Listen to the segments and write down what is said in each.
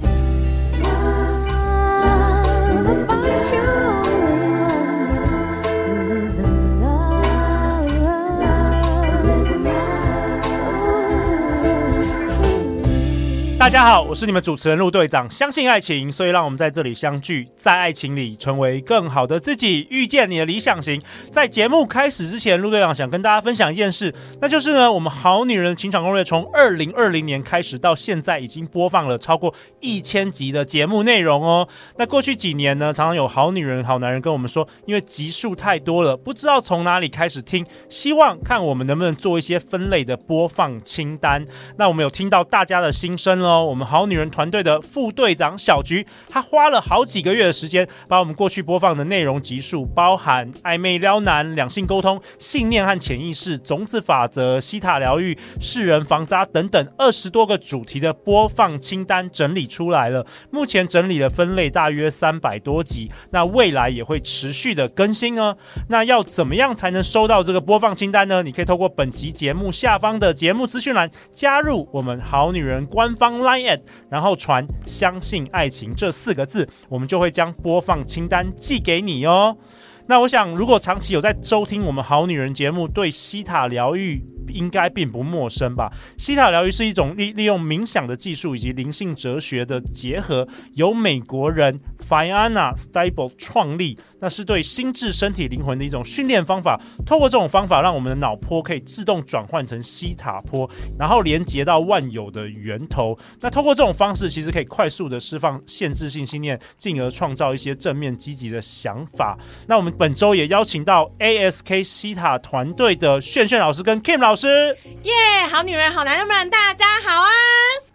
他。 Love, find you only one. Live in love, live in love. 大家好，我是你们主持人陆队长。相信爱情，所以让我们在这里相聚，在爱情里成为更好的自己，遇见你的理想型。在节目开始之前，陆队长想跟大家分享一件事，那就是呢，我们《好女人情场攻略》从二零二零年开始到现在，已经播放了超过一千集的节目内容哦。那过去几年呢，常常有好女人、好男人跟我们说，因为集数太多了，不知道从哪里开始听，希望看我们能不能做一些分类的播放清单。那我们有听到大家的心声喽。我们好女人团队的副队长小菊，她花了好几个月的时间，把我们过去播放的内容集数，包含暧昧撩男、两性沟通、信念和潜意识、种子法则、西塔疗愈、世人防渣等等二十多个主题的播放清单整理出来了。目前整理的分类大约三百多集，那未来也会持续的更新哦。那要怎么样才能收到这个播放清单呢？你可以透过本集节目下方的节目资讯栏加入我们好女人官方 Line at，然后传“相信爱情”这四个字，我们就会将播放清单寄给你哦。那我想，如果长期有在收听我们《好女人》节目，对西塔疗愈应该并不陌生吧？西塔疗愈是一种利利用冥想的技术以及灵性哲学的结合，由美国人 Fiona Stable 创立。那是对心智、身体、灵魂的一种训练方法。透过这种方法，让我们的脑波可以自动转换成西塔波，然后连接到万有的源头。那透过这种方式，其实可以快速的释放限制性信念，进而创造一些正面积极的想法。那我们本周也邀请到 ASK 西塔团队的炫炫老师跟 Kim 老师。耶好女人，好男人们，大家好啊！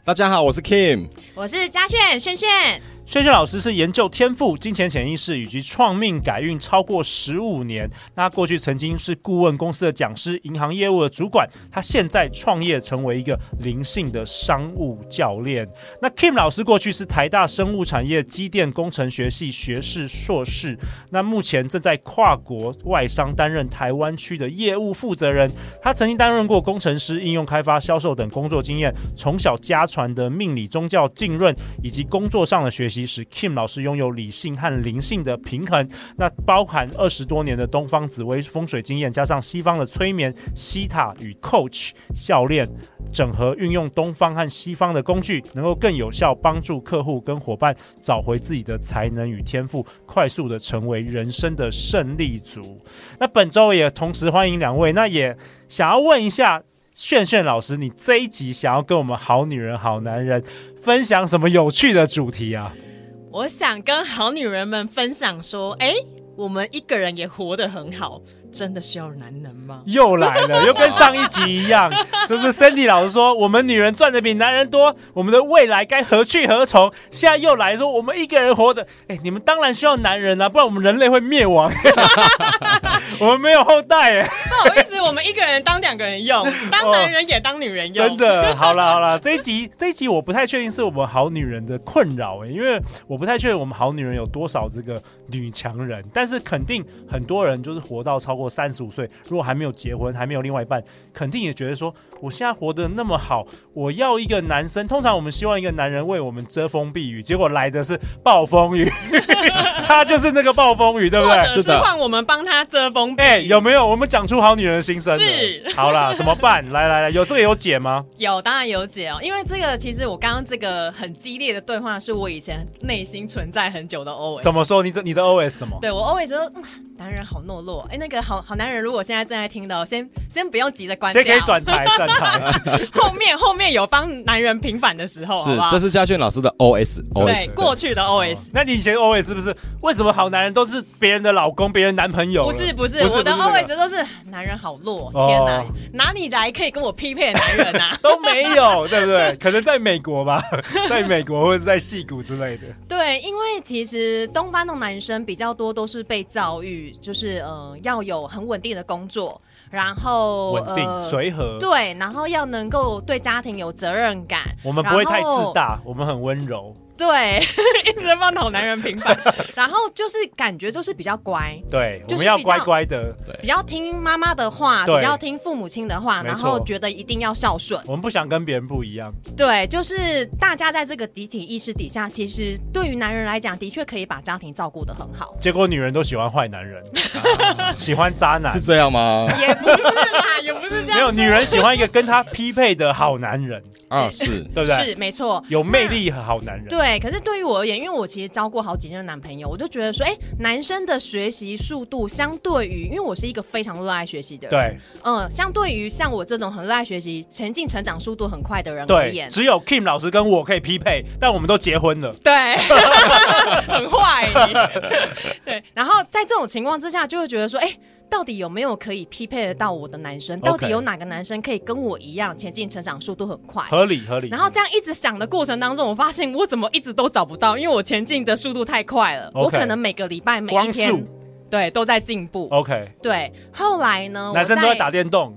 大家好，我是 Kim。我是嘉炫炫炫，轩轩老师是研究天赋、金钱潜意识以及创命改运超过十五年。那他过去曾经是顾问公司的讲师、银行业务的主管，他现在创业成为一个灵性的商务教练。那 Kim 老师过去是台大生物产业机电工程学系学士、硕士，那目前正在跨国外商担任台湾区的业务负责人。他曾经担任过工程师、应用开发、销售等工作经验，从小家传的命理、宗教浸润以及工作上的学习，使 Kim 老师拥有理性和灵性的平衡。那包含二十多年的东方紫薇风水经验，加上西方的催眠、西塔与 Coach 教练整合，运用东方和西方的工具，能够更有效帮助客户跟伙伴找回自己的才能与天赋，快速的成为人生的胜利组。那本周也同时欢迎两位，那也想要问一下炫炫老师，你这一集想要跟我们好女人、好男人分享什么有趣的主题啊？我想跟好女人们分享说，哎，我们一个人也活得很好，真的需要男人吗？ 又来了，又跟上一集一样，就是 Cindy 老师说，我们女人赚的比男人多，我们的未来该何去何从？现在又来说，我们一个人活的，哎，你们当然需要男人啊，不然我们人类会灭亡， 我们没有后代哎，不好意思，我们一个人当两个人用，当男人也当女人用，哦真。的。好了好了，这一集这一集我不太确定是我们好女人的困扰哎，因为我不太确定我们好女人有多少这个女强人，但是肯定很多人就是活到超过三十五岁，如果还没有结婚，还没有另外一半，肯定也觉得说，我现在活得那么好，我要一个男生。通常我们希望一个男人为我们遮风避雨，结果来的是暴风雨，他就是那个暴风雨，对不 或对者？是是的换我们帮他遮风避雨，哎、有没有？我们讲出好女人的心声了是好啦，怎么办？来来来，有这个有解吗？有，当然有解哦。因为这个，其实我刚刚这个很激烈的对话，是我以前内心存在很久的 OS。怎么说？你这你的 OS 什 么？对我 always 说，嗯男人好懦弱。哎，那个好好男人，如果现在正在听到，先先不用急着关掉，谁可以转台？转台 后面后面有帮男人平反的时候，好是不，好这是嘉炫老师的 OS 对 OS。过去的哦 OS。 那你以前 OS 是不是？为什么好男人都是别人的老公、别人男朋友了？不是不是，哦不是我的不是这个 always 都是男人好弱，天哪哦，？哪里来可以跟我匹配的男人啊 都没 有，对不对？可能在美国吧， 在美国或者是在戏谷之类的。对，因为其实东方的男生比较多都是被教育，就是呃要有很稳定的工作，然后稳定、呃随和，对，然后要能够对家庭有责任感，我们不会然太后自大，我们很温柔。对， 一直在帮老男人 平反，然后就是感觉就是比较乖，对，就是我们要比较乖乖的，比较听妈妈的话，对比较听父母亲的话，没然错后觉得一定要孝顺。我们不想跟别人不一样。对，就是大家在这个集体意识底下，其实对于男人来讲，的确可以把家庭照顾得很好。结果女人都喜欢坏 男人，啊喜欢渣男是，这样吗？也不 是啦，也不是这样说。没有女人喜欢一个跟她匹配的好男人，啊，是对不对？是没错，有魅力和好男人。对，可是对于我而言，因为我其实交过好几任男朋友，我就觉得说，哎，男生的学习速度相对于，因为我是一个非常热爱学习的人，对对，嗯，相对于像我这种很热爱学习、前进成长速度很快的人而对，言，只有 Kim 老师跟我可以匹配，但我们都结婚了。对， 很坏你，对。然后在这种情况之下，就会觉得说，哎、到底有没有可以匹配得到我的男生？到底 OK 有哪个男生可以跟我一样前进成长速度很快？合理合理，然后这样一直想的过程当中，我发现我怎么一直都找不到，因为我前进的速度太快了。 OK 我可能每个礼拜每一光天速，对，都在进步。 OK，对，后来呢，我男生都在打电动，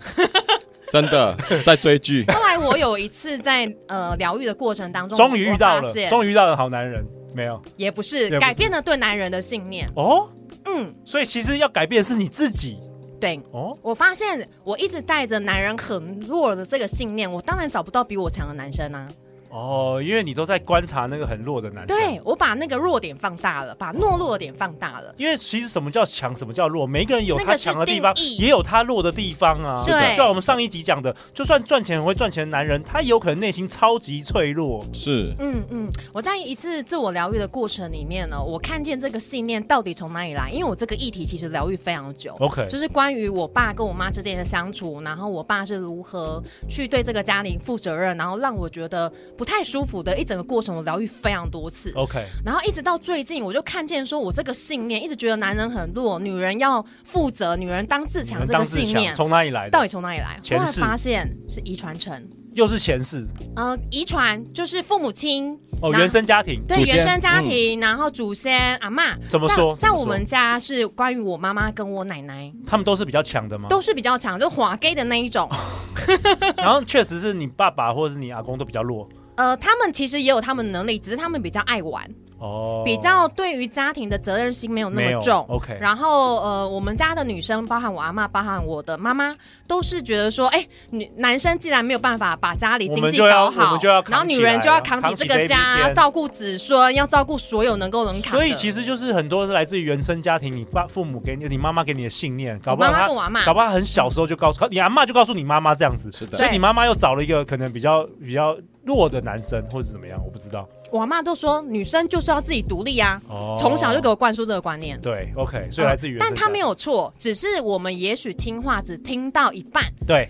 真的在追剧 后来我有一次在呃疗愈的过程当中，终于遇到我发了，现终于遇到了好男人，没有也不是也不是改变了对男人的信念。哦。嗯，所以其实要改变的是你自己对，哦。我发现我一直带着男人很弱的这个信念，我当然找不到比我强的男生啊。哦，因为你都在观察那个很弱的男生。对，我把那个弱点放大了，把懦弱点放大了。因为其实什么叫强，什么叫弱，每一个人有那他个是强的地方，定义也有他弱的地方啊。是的就像我们上一集讲的，就算赚钱很会赚钱的男人，他也有可能内心超级脆弱。是嗯嗯，我在一次自我疗愈的过程里面呢，我看见这个信念到底从哪里来，因为我这个议题其实疗愈非常久。 OK，就是关于我爸跟我妈之间的相处，然后我爸是如何去对这个家庭负责任，然后让我觉得不太舒服的一整个过程，我疗愈非常多次。 OK，然后一直到最近，我就看见说我这个信念，一直觉得男人很弱，女人要负责，女人当自强这当个自信强念，从哪里来到的？底从哪里来？前后来世发现是遗传成，又是前世呃，遗传就是父母亲哦，那原生家庭。对祖先原生家庭，然后祖先阿妈。怎么说？在怎在么我们家是关于我妈妈跟我奶奶说他们都是比较强的吗？都是比较强，就华 gay 的那 一种。然后确实是你爸爸或者是你阿公都比较弱呃，他们其实也有他们的能力，只是他们比较爱玩，哦，比较对于家庭的责任心没有那没有么重。 OK，然后呃，我们家的女生，包含我阿妈，包含我的妈妈，都是觉得说，哎，女男生既然没有办法把家里我经们济就要搞我好们就要，扛然后女起来人就要了扛扛起起这这个一家，片要照顾子孙，要照顾所有能够能扛的。所以其实就是很多是来自于原生家庭，你爸父母给你、你妈妈给你的信念，搞我不好哦妈妈他跟我阿妈搞不好她很小时候就告诉你阿妈就告诉你妈妈这样子，是的所以对你妈妈又找了一个可能比较比较弱的男生或者怎么样，我不知道。我阿妈都说，女生就是要自己独立啊，哦从小就给我灌输这个观念。嗯对 OK，所以来自于原但生家她庭、哦没有错，只是我们也许听话只听到一半。对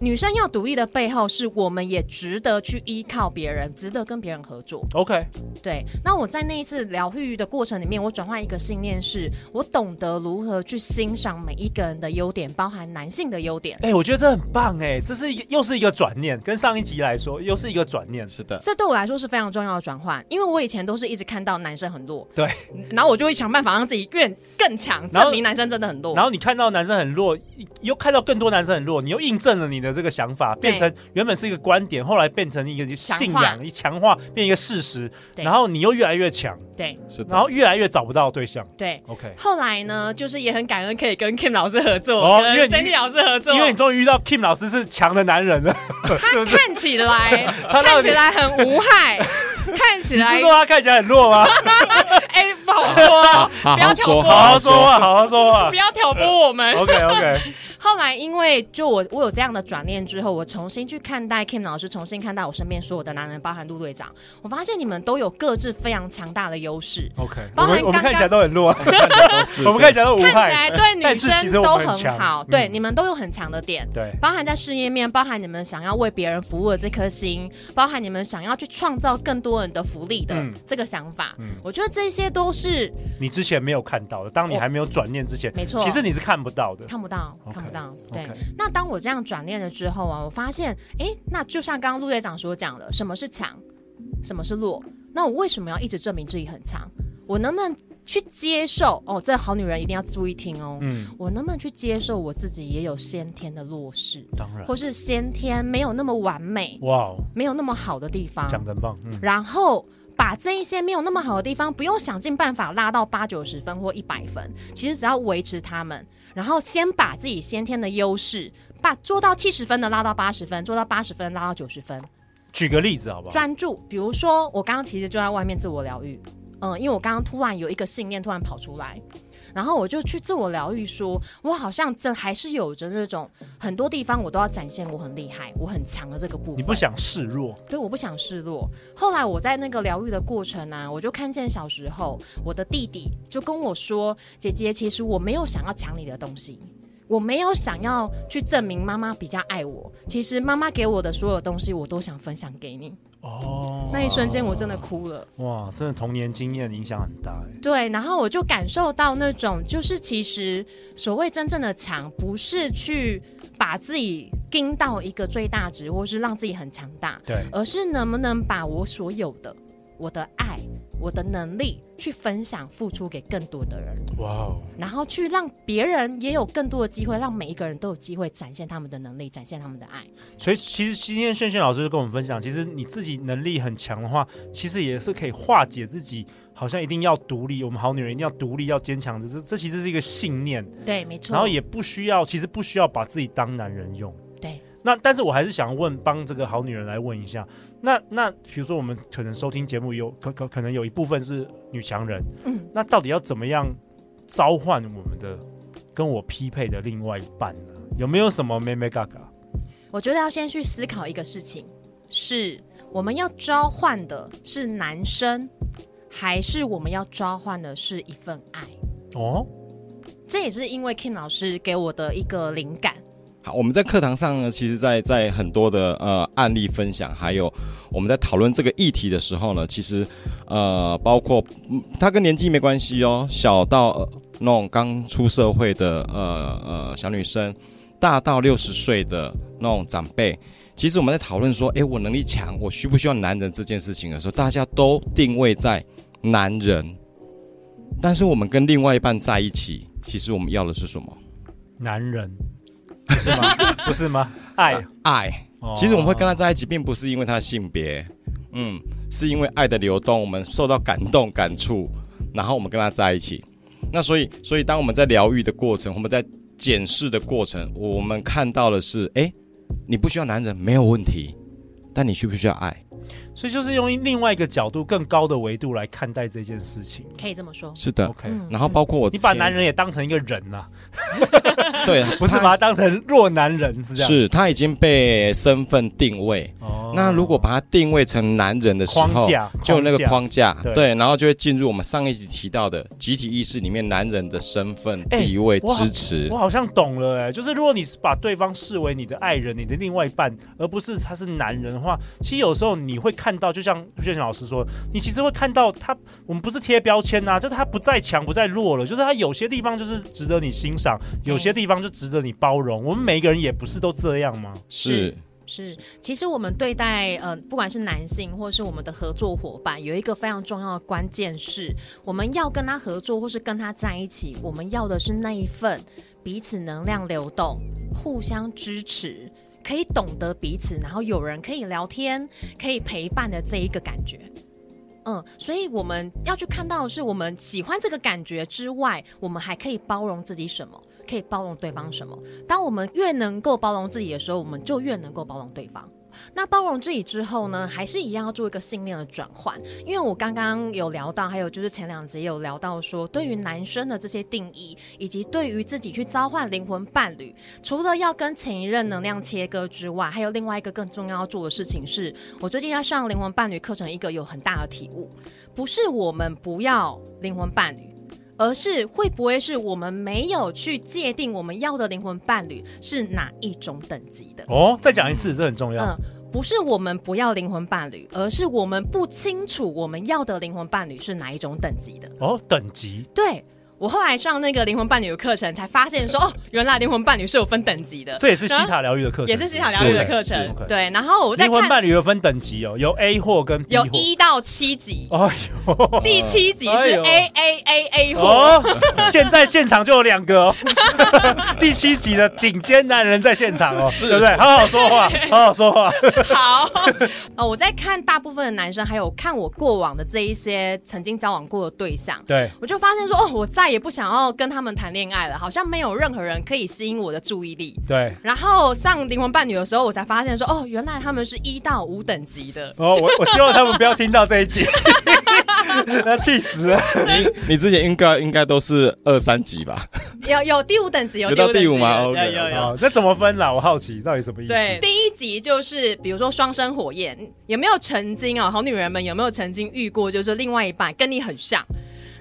女生要独立的背后，是我们也值得去依靠别人，值得跟别人合作。 OK 对，那我在那一次疗愈的过程里面，我转换一个信念是，我懂得如何去欣赏每一个人的优点，包含男性的优点。哎、我觉得这很棒哎、这是一个又是一个转念，跟上一集来说又是一个转念。是的，这对我来说是非常重要的转换，因为我以前都是一直看到男生很弱，对，然后我就会想办法让自己越更强，然后证明男生真的很弱。然后你看到男生很弱，又看到更多男生很弱，你又印证了你的这个想法，对变成原本是一个观点，后来变成一个信强仰，化一强化变一个事实，对然后你又越来越强，对是的，然后越来越找不到对象。对， OK，后来呢，就是也很感恩可以跟 Kim 老师合作，哦因为跟你 Cindy 老师合作，因为你终于遇到 Kim 老师是强的男人了，他看起来 他到看底起来很无 害，看起你 来是说他看起来很弱 吗？哎不好说啊，好不要好挑拨说，好好说 话，好好说话不。要挑拨 我们。 OK OK，后来，因为就我我有这样的转念之后，我重新去看待 Kim 老师，重新看待我身边所有的男人，包含陆队长，我发现你们都有各自非常强大的优势。 OK，包我含们我们刚刚看起来都很 弱， 好说我们看起来都无看起害来。对但女是其生实我都们很强好，对嗯你们都有很强的点，对包含在事业面，包含你们想要为别人服务的这颗心，包含你们想要去创造更多人的福利的嗯这个想法。嗯我觉得这些都是你之前没有看到的，当你还没有转念之前，没错其实你是看不到 的。看不到 OK，看不到。对 OK 那当我这样转念了之后啊，我发现，哎，那就像刚刚陆队长所讲的，什么是强，什么是弱？那我为什么要一直证明自己很强？我能不能去接受？哦，这好女人一定要注意听哦。嗯，我能不能去接受我自己也有先天的弱势，当然。或是先天没有那么完美、哇哦，没有那么好的地方？讲的棒。嗯，然后把这一些没有那么好的地方，不用想尽办法拉到八九十分或一百分，其实只要维持他们，然后先把自己先天的优势，把做到七十分的拉到八十分，做到八十分拉到九十分，举个例子好不好？专注。比如说，我刚刚其实就在外面自我疗愈，嗯，因为我刚刚突然有一个信念突然跑出来，然后我就去自我疗愈，说我好像真还是有着那种很多地方我都要展现我很厉害、我很强的这个部分。你不想示弱，对，我不想示弱。后来我在那个疗愈的过程啊，我就看见小时候我的弟弟就跟我说：“姐姐，其实我没有想要抢你的东西，我没有想要去证明妈妈比较爱我。其实妈妈给我的所有东西，我都想分享给你。”哦，那一瞬间我真的哭了。哇，真的童年经验影响很大哎。对，然后我就感受到那种，就是其实所谓真正的强，不是去把自己盯到一个最大值，或是让自己很强大，对，而是能不能把我所有的、我的爱、我的能力去分享、付出给更多的人，哇哦，然后去让别人也有更多的机会，让每一个人都有机会展现他们的能力，展现他们的爱。所以其实今天炫炫老师就跟我们分享，其实你自己能力很强的话，其实也是可以化解自己好像一定要独立，我们好女人一定要独立，要坚强的，这这其实是一个信念，对，没错。然后也不需要，其实不需要把自己当男人用。对，那但是我还是想问，帮这个好女人来问一下，那那比如说我们可能收听节目有可可可能有一部分是女强人，嗯那到底要怎么样召唤我们的跟我匹配的另外一半呢？有没有什么妹妹嘎嘎？我觉得要先去思考一个事情：是我们要召唤的是男生，还是我们要召唤的是一份爱？哦，这也是因为 Kim 老师给我的一个灵感。好，我们在课堂上呢，其实在，在很多的呃案例分享，还有我们在讨论这个议题的时候呢，其实呃，包括嗯它跟年纪没关系哦，小到、呃那种刚出社会的呃呃小女生，大到六十岁的那种长辈，其实我们在讨论说，诶，我能力强，我需不需要男人这件事情的时候，大家都定位在男人，但是我们跟另外一半在一起，其实我们要的是什么？男人不是吗？ 不是吗？爱，爱。哦 其实我们会跟他在一起，并不是因为他的性别，嗯，是因为爱的流动，我们受到感动、感触，然后我们跟他在一起。那所以，所以当我们在疗愈的过程，我们在检视的过程，我们看到的是，哎，你不需要男人没有问题，但你需不需要爱？所以就是用另外一个角度、更高的维度来看待这件事情。可以这么说，是的。 OK，、嗯然后包括我，你把男人也当成一个人啊呐、对， 不是把他当成弱男人，是这他？样？。是他已经被身份定位。哦那如果把它定位成男人的时框候，架，就那个框架，对对，然后就会进入我们上一集提到的集体意识里面男人的身份、哎地位、我好支持我。好像懂了、哎，就是如果你是把对方视为你的爱人、你的另外一半，而不是他是男人的话，其实有时候你会看到，就像炫炫老师说，你其实会看到他，我们不是贴标签呐、啊就他不再强、不再弱了，就是他有些地方就是值得你欣赏，有些地方就值得你包容。我们每一个人也不是都这样吗？是，是其实我们对待呃，不管是男性或是我们的合作伙伴，有一个非常重要的关键是，我们要跟他合作或是跟他在一起，我们要的是那一份彼此能量流动、互相支持。可以懂得彼此，然后有人可以聊天，可以陪伴的这一个感觉。嗯，所以我们要去看到的是，我们喜欢这个感觉之外，我们还可以包容自己什么，可以包容对方什么。当我们越能够包容自己的时候，我们就越能够包容对方。那包容自己之后呢，还是一样要做一个信念的转换，因为我刚刚有聊到，还有就是前两集有聊到说，对于男生的这些定义，以及对于自己去召唤灵魂伴侣，除了要跟前一任能量切割之外，还有另外一个更重要要做的事情是，我最近在上灵魂伴侣课程，一个有很大的体悟，不是我们不要灵魂伴侣，而是会不会是我们没有去界定我们要的灵魂伴侣是哪一种等级的？哦，再讲一次，这很重要。嗯，不是我们不要灵魂伴侣，而是我们不清楚我们要的灵魂伴侣是哪一种等级的。哦，等级对。我后来上那个灵魂伴侣的课程，才发现说，哦，原来灵魂伴侣是有分等级的，这也是西然后塔疗愈的课程，也是西塔疗愈的课是是程 OK。对，然后我在灵魂看伴侣有分等级哦，有 A 货跟 B 有货。一到七级，哎呦，第七级是哎呦 A A A A 货，哦，现在现场就有两个哦， 第七集的顶尖男人在现场哦，对不对？好好说话，好好说话。好， 呃，我在看大部分的男生，还有看我过往的这一些曾经交往过的对象，对，我就发现说，哦，我再也不想要跟他们谈恋爱了，好像没有任何人可以吸引我的注意力。对。然后上灵魂伴侣的时候，我才发现说，哦，原来他们是一到五等级 的。哦，我我希望他们不要听到这一集， 那气死了。你之前应该应该都是二三级吧？有有第五等级，有有到第第五五吗等级的 OK，有有有。哦，那怎么分啦？我好奇到底什么意思？啊对，，第一集就是比如说双生火焰，有没有曾经哦，好女人们有没有曾经遇过，就是另外一半跟你很像，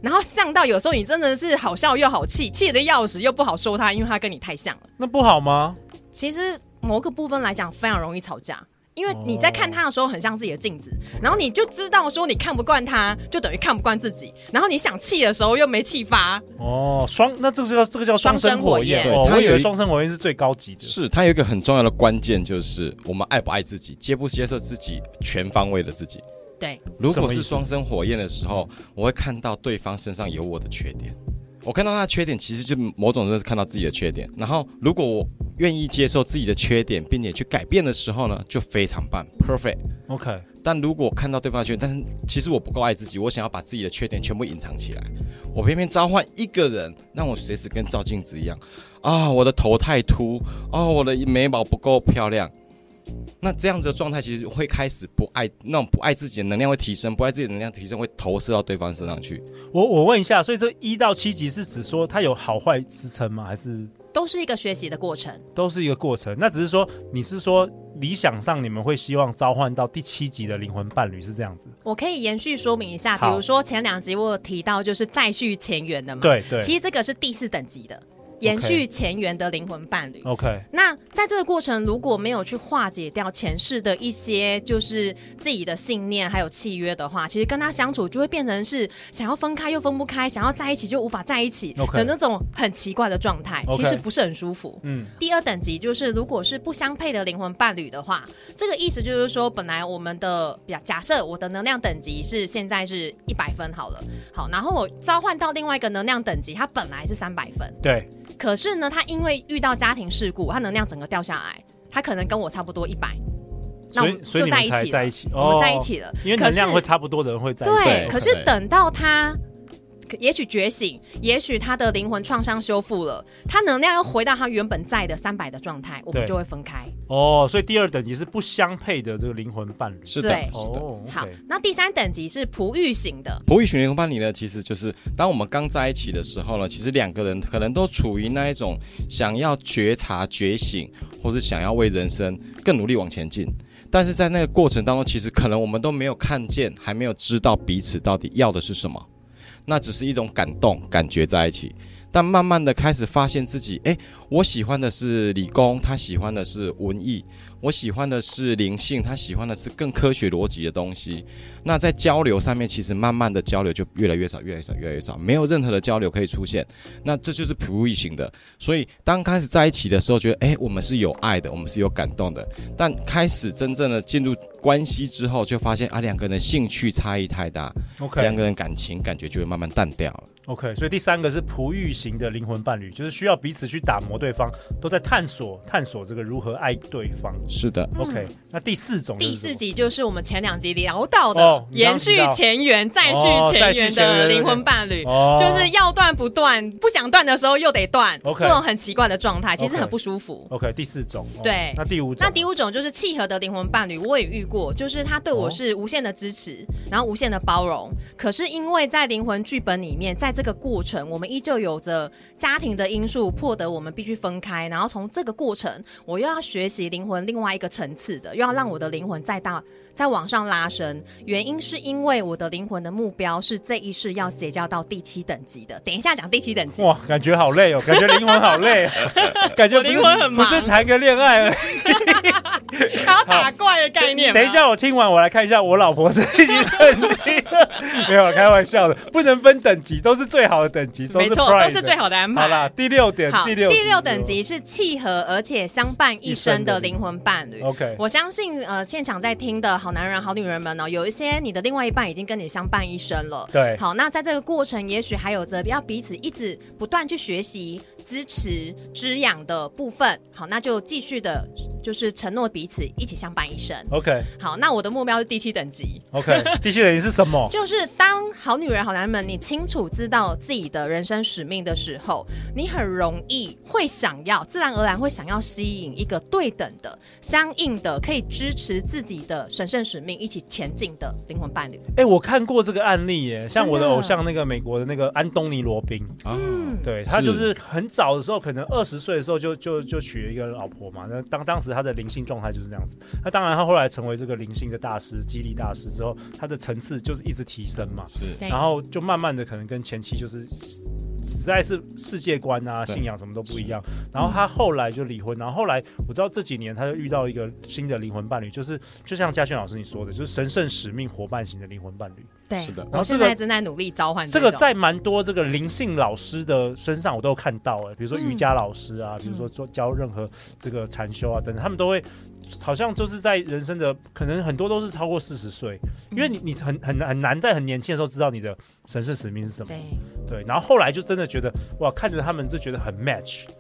然后像到有时候你真的是好笑又好气，气的要死又不好说他，因为他跟你太像了。那不好吗？其实某个部分来讲，非常容易吵架。因为你在看他的时候很像自己的镜哦子，然后你就知道说你看不惯他，就等于看不惯自己。然后你想气的时候又没气发，哦，双那这个叫这个叫双生火焰双生火焰哦，对它我以有为一双生火焰是最高级的。是，它有一个很重要的关键，就是我们爱不爱自己，接不接受自己，全方位的自己。对，如什么果意是思双生火焰的时候，我会看到对方身上有我的缺点，我看到他的缺点，其实就某种程度是看到自己的缺点。然后，如果我愿意接受自己的缺点，并且去改变的时候呢，就非常棒，perfect。 OK，但如果看到对方的缺点，但是其实我不够爱自己，我想要把自己的缺点全部隐藏起来，我偏偏召唤一个人，让我随时跟照镜子一样，啊，我的头太秃，哦，我的眉毛不够漂亮。那这样子的状态，其实会开始不爱那种不爱自己的能量会提升，不爱自己的能量提升会投射到对方身上去。我我问一下，所以这一到七集是指说它有好坏之称吗？还是都是一个学习的过程。都是一个过程？那只是说你是说理想上你们会希望召唤到第七集的灵魂伴侣是这样子？我可以延续说明一下，比好如说前两集我有提到就是再续前缘的嘛，，对对其实这个是第四等级的延续前缘的灵魂伴侣。 ，OK，那在这个过程，如果没有去化解掉前世的一些就是自己的信念还有契约的话，其实跟他相处就会变成是想要分开又分不开，想要在一起就无法在一起 OK 的那种很奇怪的状态 OK 其实不是很舒服。嗯，第二等级就是，如果是不相配的灵魂伴侣的话，这个意思就是说，本来我们的假假设我的能量等级是现在是一百分好了，好，然后我召唤到另外一个能量等级，它本来是三百分，对，可是呢，他因为遇到家庭事故，他能量整个掉下来，他可能跟我差不多一百，所那我以们所以就你在们一才起了，在一起，哦我们在一起了，因为可能是量会差不多的人会在一起。对，对可是对等到他。也许觉醒，也许他的灵魂创伤修复了，他能量又回到他原本在的三百的状态，我们对就会分开。哦，所以第二等级是不相配的这个灵魂伴侣。是的，对是的。哦好，OK，，那第三等级是璞玉型的，博弈群联合伴侣呢，其实就是当我们刚在一起的时候呢，其实两个人可能都处于那一种想要觉察、觉醒，或是想要为人生更努力往前进。但是在那个过程当中，其实可能我们都没有看见，还没有知道彼此到底要的是什么，那只是一种感动、感觉在一起。但慢慢的开始发现自己，诶，我喜欢的是理工，他喜欢的是文艺，我喜欢的是灵性，他喜欢的是更科学逻辑的东西。那在交流上面，其实慢慢的交流就越来越少，越来越少，越来越少，没有任何的交流可以出现。那这就是普异型的。所以当开始在一起的时候，觉得诶，我们是有爱的，我们是有感动的。但开始真正的进入关系之后，就发现啊，两个人的兴趣差异太大，两 OK 个人感情感觉就会慢慢淡掉了。 OK，所以第三个是璞玉型的灵魂伴侣，就是需要彼此去打磨对方，都在探索探索这个如何爱对方。是的， OK，那第四种嗯第是什么四集就是我们前两集聊到的、嗯哦你刚延刚提续到前缘、再哦续再前续缘前缘的对灵对魂伴侣，哦就是要断不断，不想断的时候又得断 OK 这种很奇怪的状态，其实 OK 很不舒服。 OK 第四种。哦对那第五种，那第五种就是契合的灵魂伴侣，我也遇过，就是他对我哦是无限的支持，然后无限的包容。可是因为在灵魂剧本里面，在这个过程，我们依旧有着家庭的因素，迫得我们必须分开。然后从这个过程，我又要学习灵魂另外一个层次的，又要让我的灵魂再大再往上拉升。原因是因为我的灵魂的目标是这一世要结交到第七等级的。等一下讲第七等级，哇，感觉 好累哦，感觉灵魂好累哦，感觉不是我灵魂很忙不是谈个恋爱而已，还要打怪的概念吗啊等一，下，我听完我来看一下我老婆是几等级， 没有开玩笑的，不能分等级，都是最好的等级，都没是错， prime 都是最好的安好啦，排。第六点，好，第第六六等级是契合而且相伴一生的灵魂伴侣。 ，OK，我相信，呃，现场在听的好男人、好女人们呢、哦有一些你的另外一半已经跟你相伴一生了。对，好，那在这个过程，也许还有着要彼此一直不断去学习、支持、滋养的部分。好，那就继续的，就是承诺彼此一起相伴一生。 ，OK 好，那我的目标是第七等级， OK，第 七等级是什么？就是当好女人、好男人们，你清楚知道自己的人生使命的时候，你很容易会想要，自然而然会想要吸引一个对等的、相应的、可以支持自己的神圣使命一起前进的灵魂伴侣。哎，我看过这个案例耶，像我的真的啊偶像那个美国的那个安东尼罗宾，啊，对他是就是很早的时候，可能二十岁的时候就就就娶了一个老婆嘛。那当当时他的灵性状态就是这样子。那当然，他后来成为这个灵性的大师、激励大师之后，他的层次就是一直提升嘛。是对然后就慢慢的可能跟前妻就是实实在是世界观啊、对信仰什么都不一样。然后他后来就离婚，然后后来我知道这几年他就遇到一个新的灵魂伴侣，就是就像嘉轩老师你说的，就是神圣使命伙伴型的灵魂伴侣。对，是的我现在正在努力召唤这个种在蛮多这个灵性老师的身上我都有看到哎、比如说嗯瑜伽老师啊，比如说做教任何这个禅修啊等等，他们都会好像就是在人生的可能很多都是超过四十岁，嗯因为你你很很很难在很年轻的时候知道你的神圣使命是什么，对。对，然后后来就真的觉得哇，看着他们就觉得很 match，嗯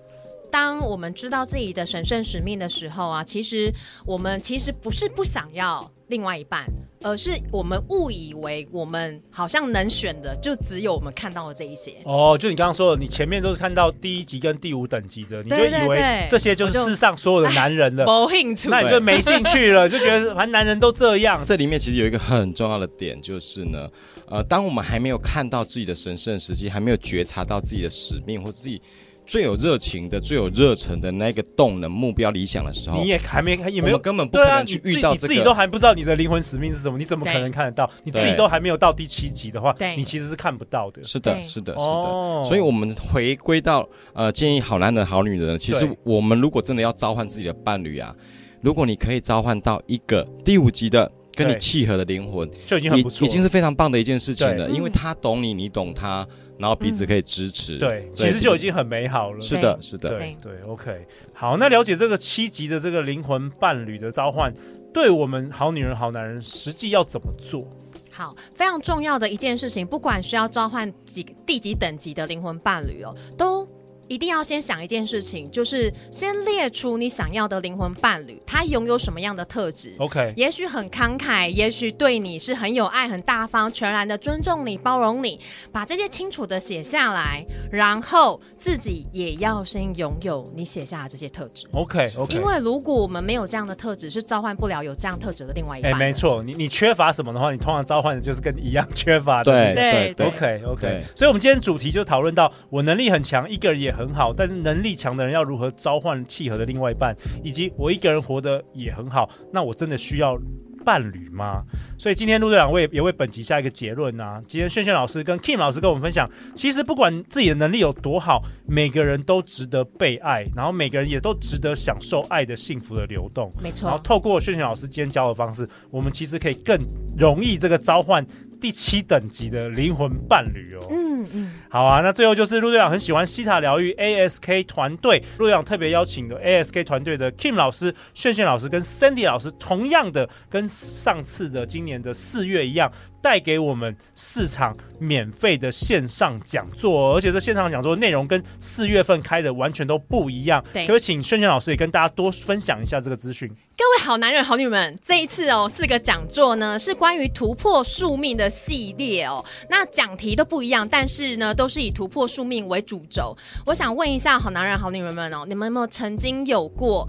当我们知道自己的神圣使命的时候啊，其实我们其实不是不想要另外一半，而是我们误以为我们好像能选的就只有我们看到的这一些。哦，就你刚刚说的，你前面都是看到第一集跟第五等级的，你就对对以为对这些就我是就世上所有的男人 了，不兴趣那你就没兴趣了，就觉得反正男人都这 样，这里面其实有一个很重要的点，就是呢，呃，当我们还没有看到自己的神圣时机，还没有觉察到自己的使命或自己最有热情的、最有热忱的那个动能、目标、理想的哦时候，你也还没也没我有们根本不对可啊，能你去自己遇到你这自己都个。还不知道你的灵魂使命是什么，你怎么可对能看得到？你自己对都还没有到第七集的话，对你其实是看不到的。是的，对是的，是的。哦所以，我们回归到呃，建议好男人、好女人。其实对，我们如果真的要召唤自己的伴侣啊，如果你可以召唤到一个第五级的跟你对契合的灵魂，就已经很已不错了，已经是非常棒的一件事情了，对因为他懂你，你懂他，然后彼此可以支持。对，其实就已经很美好了。是的，是的，对对，OK，好，那了解这个七集的这个灵魂伴侣的召唤，对我们好女人、好男人实际要怎么做？好，非常重要的一件事情，不管是要召唤几第几等级的灵魂伴侣哦，都一定要先想一件事情，就是先列出你想要的灵魂伴侣，他拥有什么样的特质。 OK，也许很慷慨，也许对你是很有爱、很大方，全然的尊重你、包容你，把这些清楚的写下来，然后自己也要先拥有你写下的这些特质。 OK 哦 OK，因为如果我们没有这样的特质，是召唤不了有这样特质的另外一哎、半。没，错，你你缺乏什么的话，你通常召唤的就是跟你一样缺乏的那个对对对 OK OK，对所以我们今天主题就讨论到我能力很强，一个人也很好，但是能力强的人要如何召唤契合的另外一半，以及我一个人活得也很好，那我真的需要。伴侣吗？所以今天陆队长为也为本集下一个结论啊。今天炫炫老师跟 Kim 老师跟我们分享，其实不管自己的能力有多好，每个人都值得被爱，然后每个人也都值得享受爱的幸福的流动。没然后错，透过炫炫老师今天教的方式，我们其实可以更容易这个召唤第七等级的灵魂伴侣哦。嗯嗯，好啊，那最后就是陆队长很喜欢西塔疗愈 ASK 团队，陆队长特别邀请的 ASK 团队的 Kim 老师、炫炫老师跟 Sandy 老师，同样的跟上次的今年的四月一样，带给我们市场免费的线上讲座哦，而且这线上讲座内容跟四月份开的完全都不一样。对可不可以请炫炫老师也跟大家多分享一下这个资讯？各位好男人、好女们，这一次哦，四个讲座呢是关于突破宿命的系列哦。那讲题都不一样，但是呢，都是以突破宿命为主轴。我想问一下，好男人、好女人们哦，你们有没有曾经有过？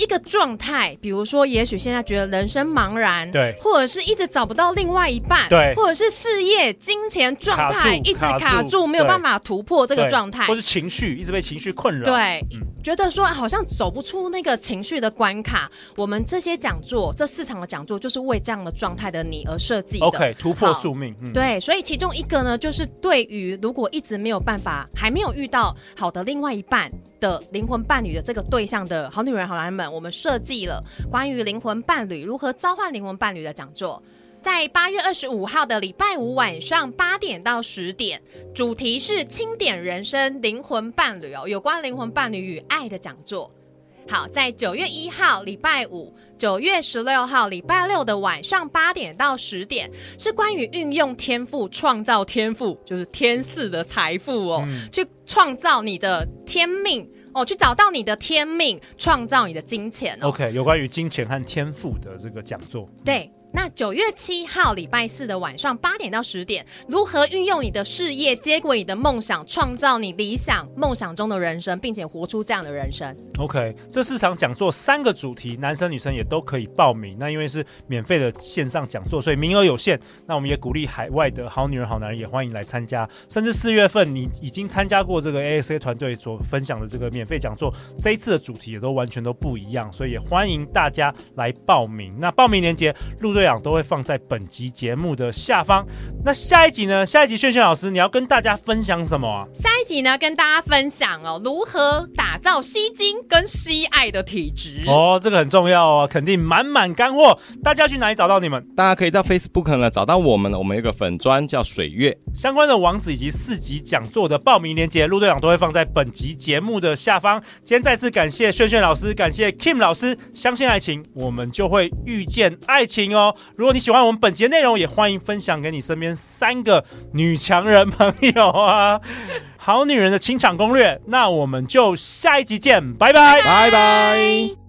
一个状态，比如说，也许现在觉得人生茫然，对或者是一直找不到另外一半，对或者是事业、金钱状态卡住一直卡住卡住，没有对办法突破这这个状态或，是情绪一直被情绪困扰。对，嗯觉得说好像走不出那个情绪的关卡。我们这些讲座，这四场的讲座就是为这样的状态的你而设计的。 ，OK，突破好宿命。嗯，对，所以其中一个呢，就是对于如果一直没有办法，还没有遇到好的另外一半的灵魂伴侣的这个对象的好女人、好男人们，本，我们设计了关于灵魂伴侣如何召唤灵魂伴侣的讲座。在八月二十五号的礼拜五晚上八点到十点，主题是清点人生灵魂伴侣哦，有关灵魂伴侣与爱的讲座。好，在九月一号礼拜五，九月十六号礼拜六的晚上八点到十点，是关于运用天赋创造天赋，就是天赐的财富哦，去创造你的天命哦，去找到你的天命，创造你的金钱哦。 OK，有关于金钱和天赋的这个讲座，对，那九月七号礼拜四的晚上八点到十点，如何运用你的事业，接轨你的梦想，创造你理想梦想中的人生，并且活出这样的人生。 OK，这四场讲座三个主题，男生女生也都可以报名。那因为是免费的线上讲座，所以名额有限。那我们也鼓励海外的好女人、好男人也欢迎来参加。甚至四月份你已经参加过这个 ASA 团队所分享的这个免费讲座，这一次的主题也都完全都不一样，所以也欢迎大家来报名。那报名链接陆队长都会放在本集节目的下方。那下一集呢？下一集炫炫老师你要跟大家分享什么啊？下一集呢，跟大家分享哦，如何打造吸睛跟吸爱的体质。哦，这个很重要哦，肯定满满干货。大家去哪里找到你们？大家可以在 Facebook 呢找到我们，我们有一个粉砖叫水月，相关的网址以及四级讲座的报名链接，陆队长都会放在本集节目的下方。今天再次感谢炫炫老师，感谢 Kim 老师，相信爱情，我们就会遇见爱情哦。如果你喜欢我们本集的内容，也欢迎分享给你身边三个女强人朋友 啊。好女人的情场攻略，那我们就下一集见，拜拜拜拜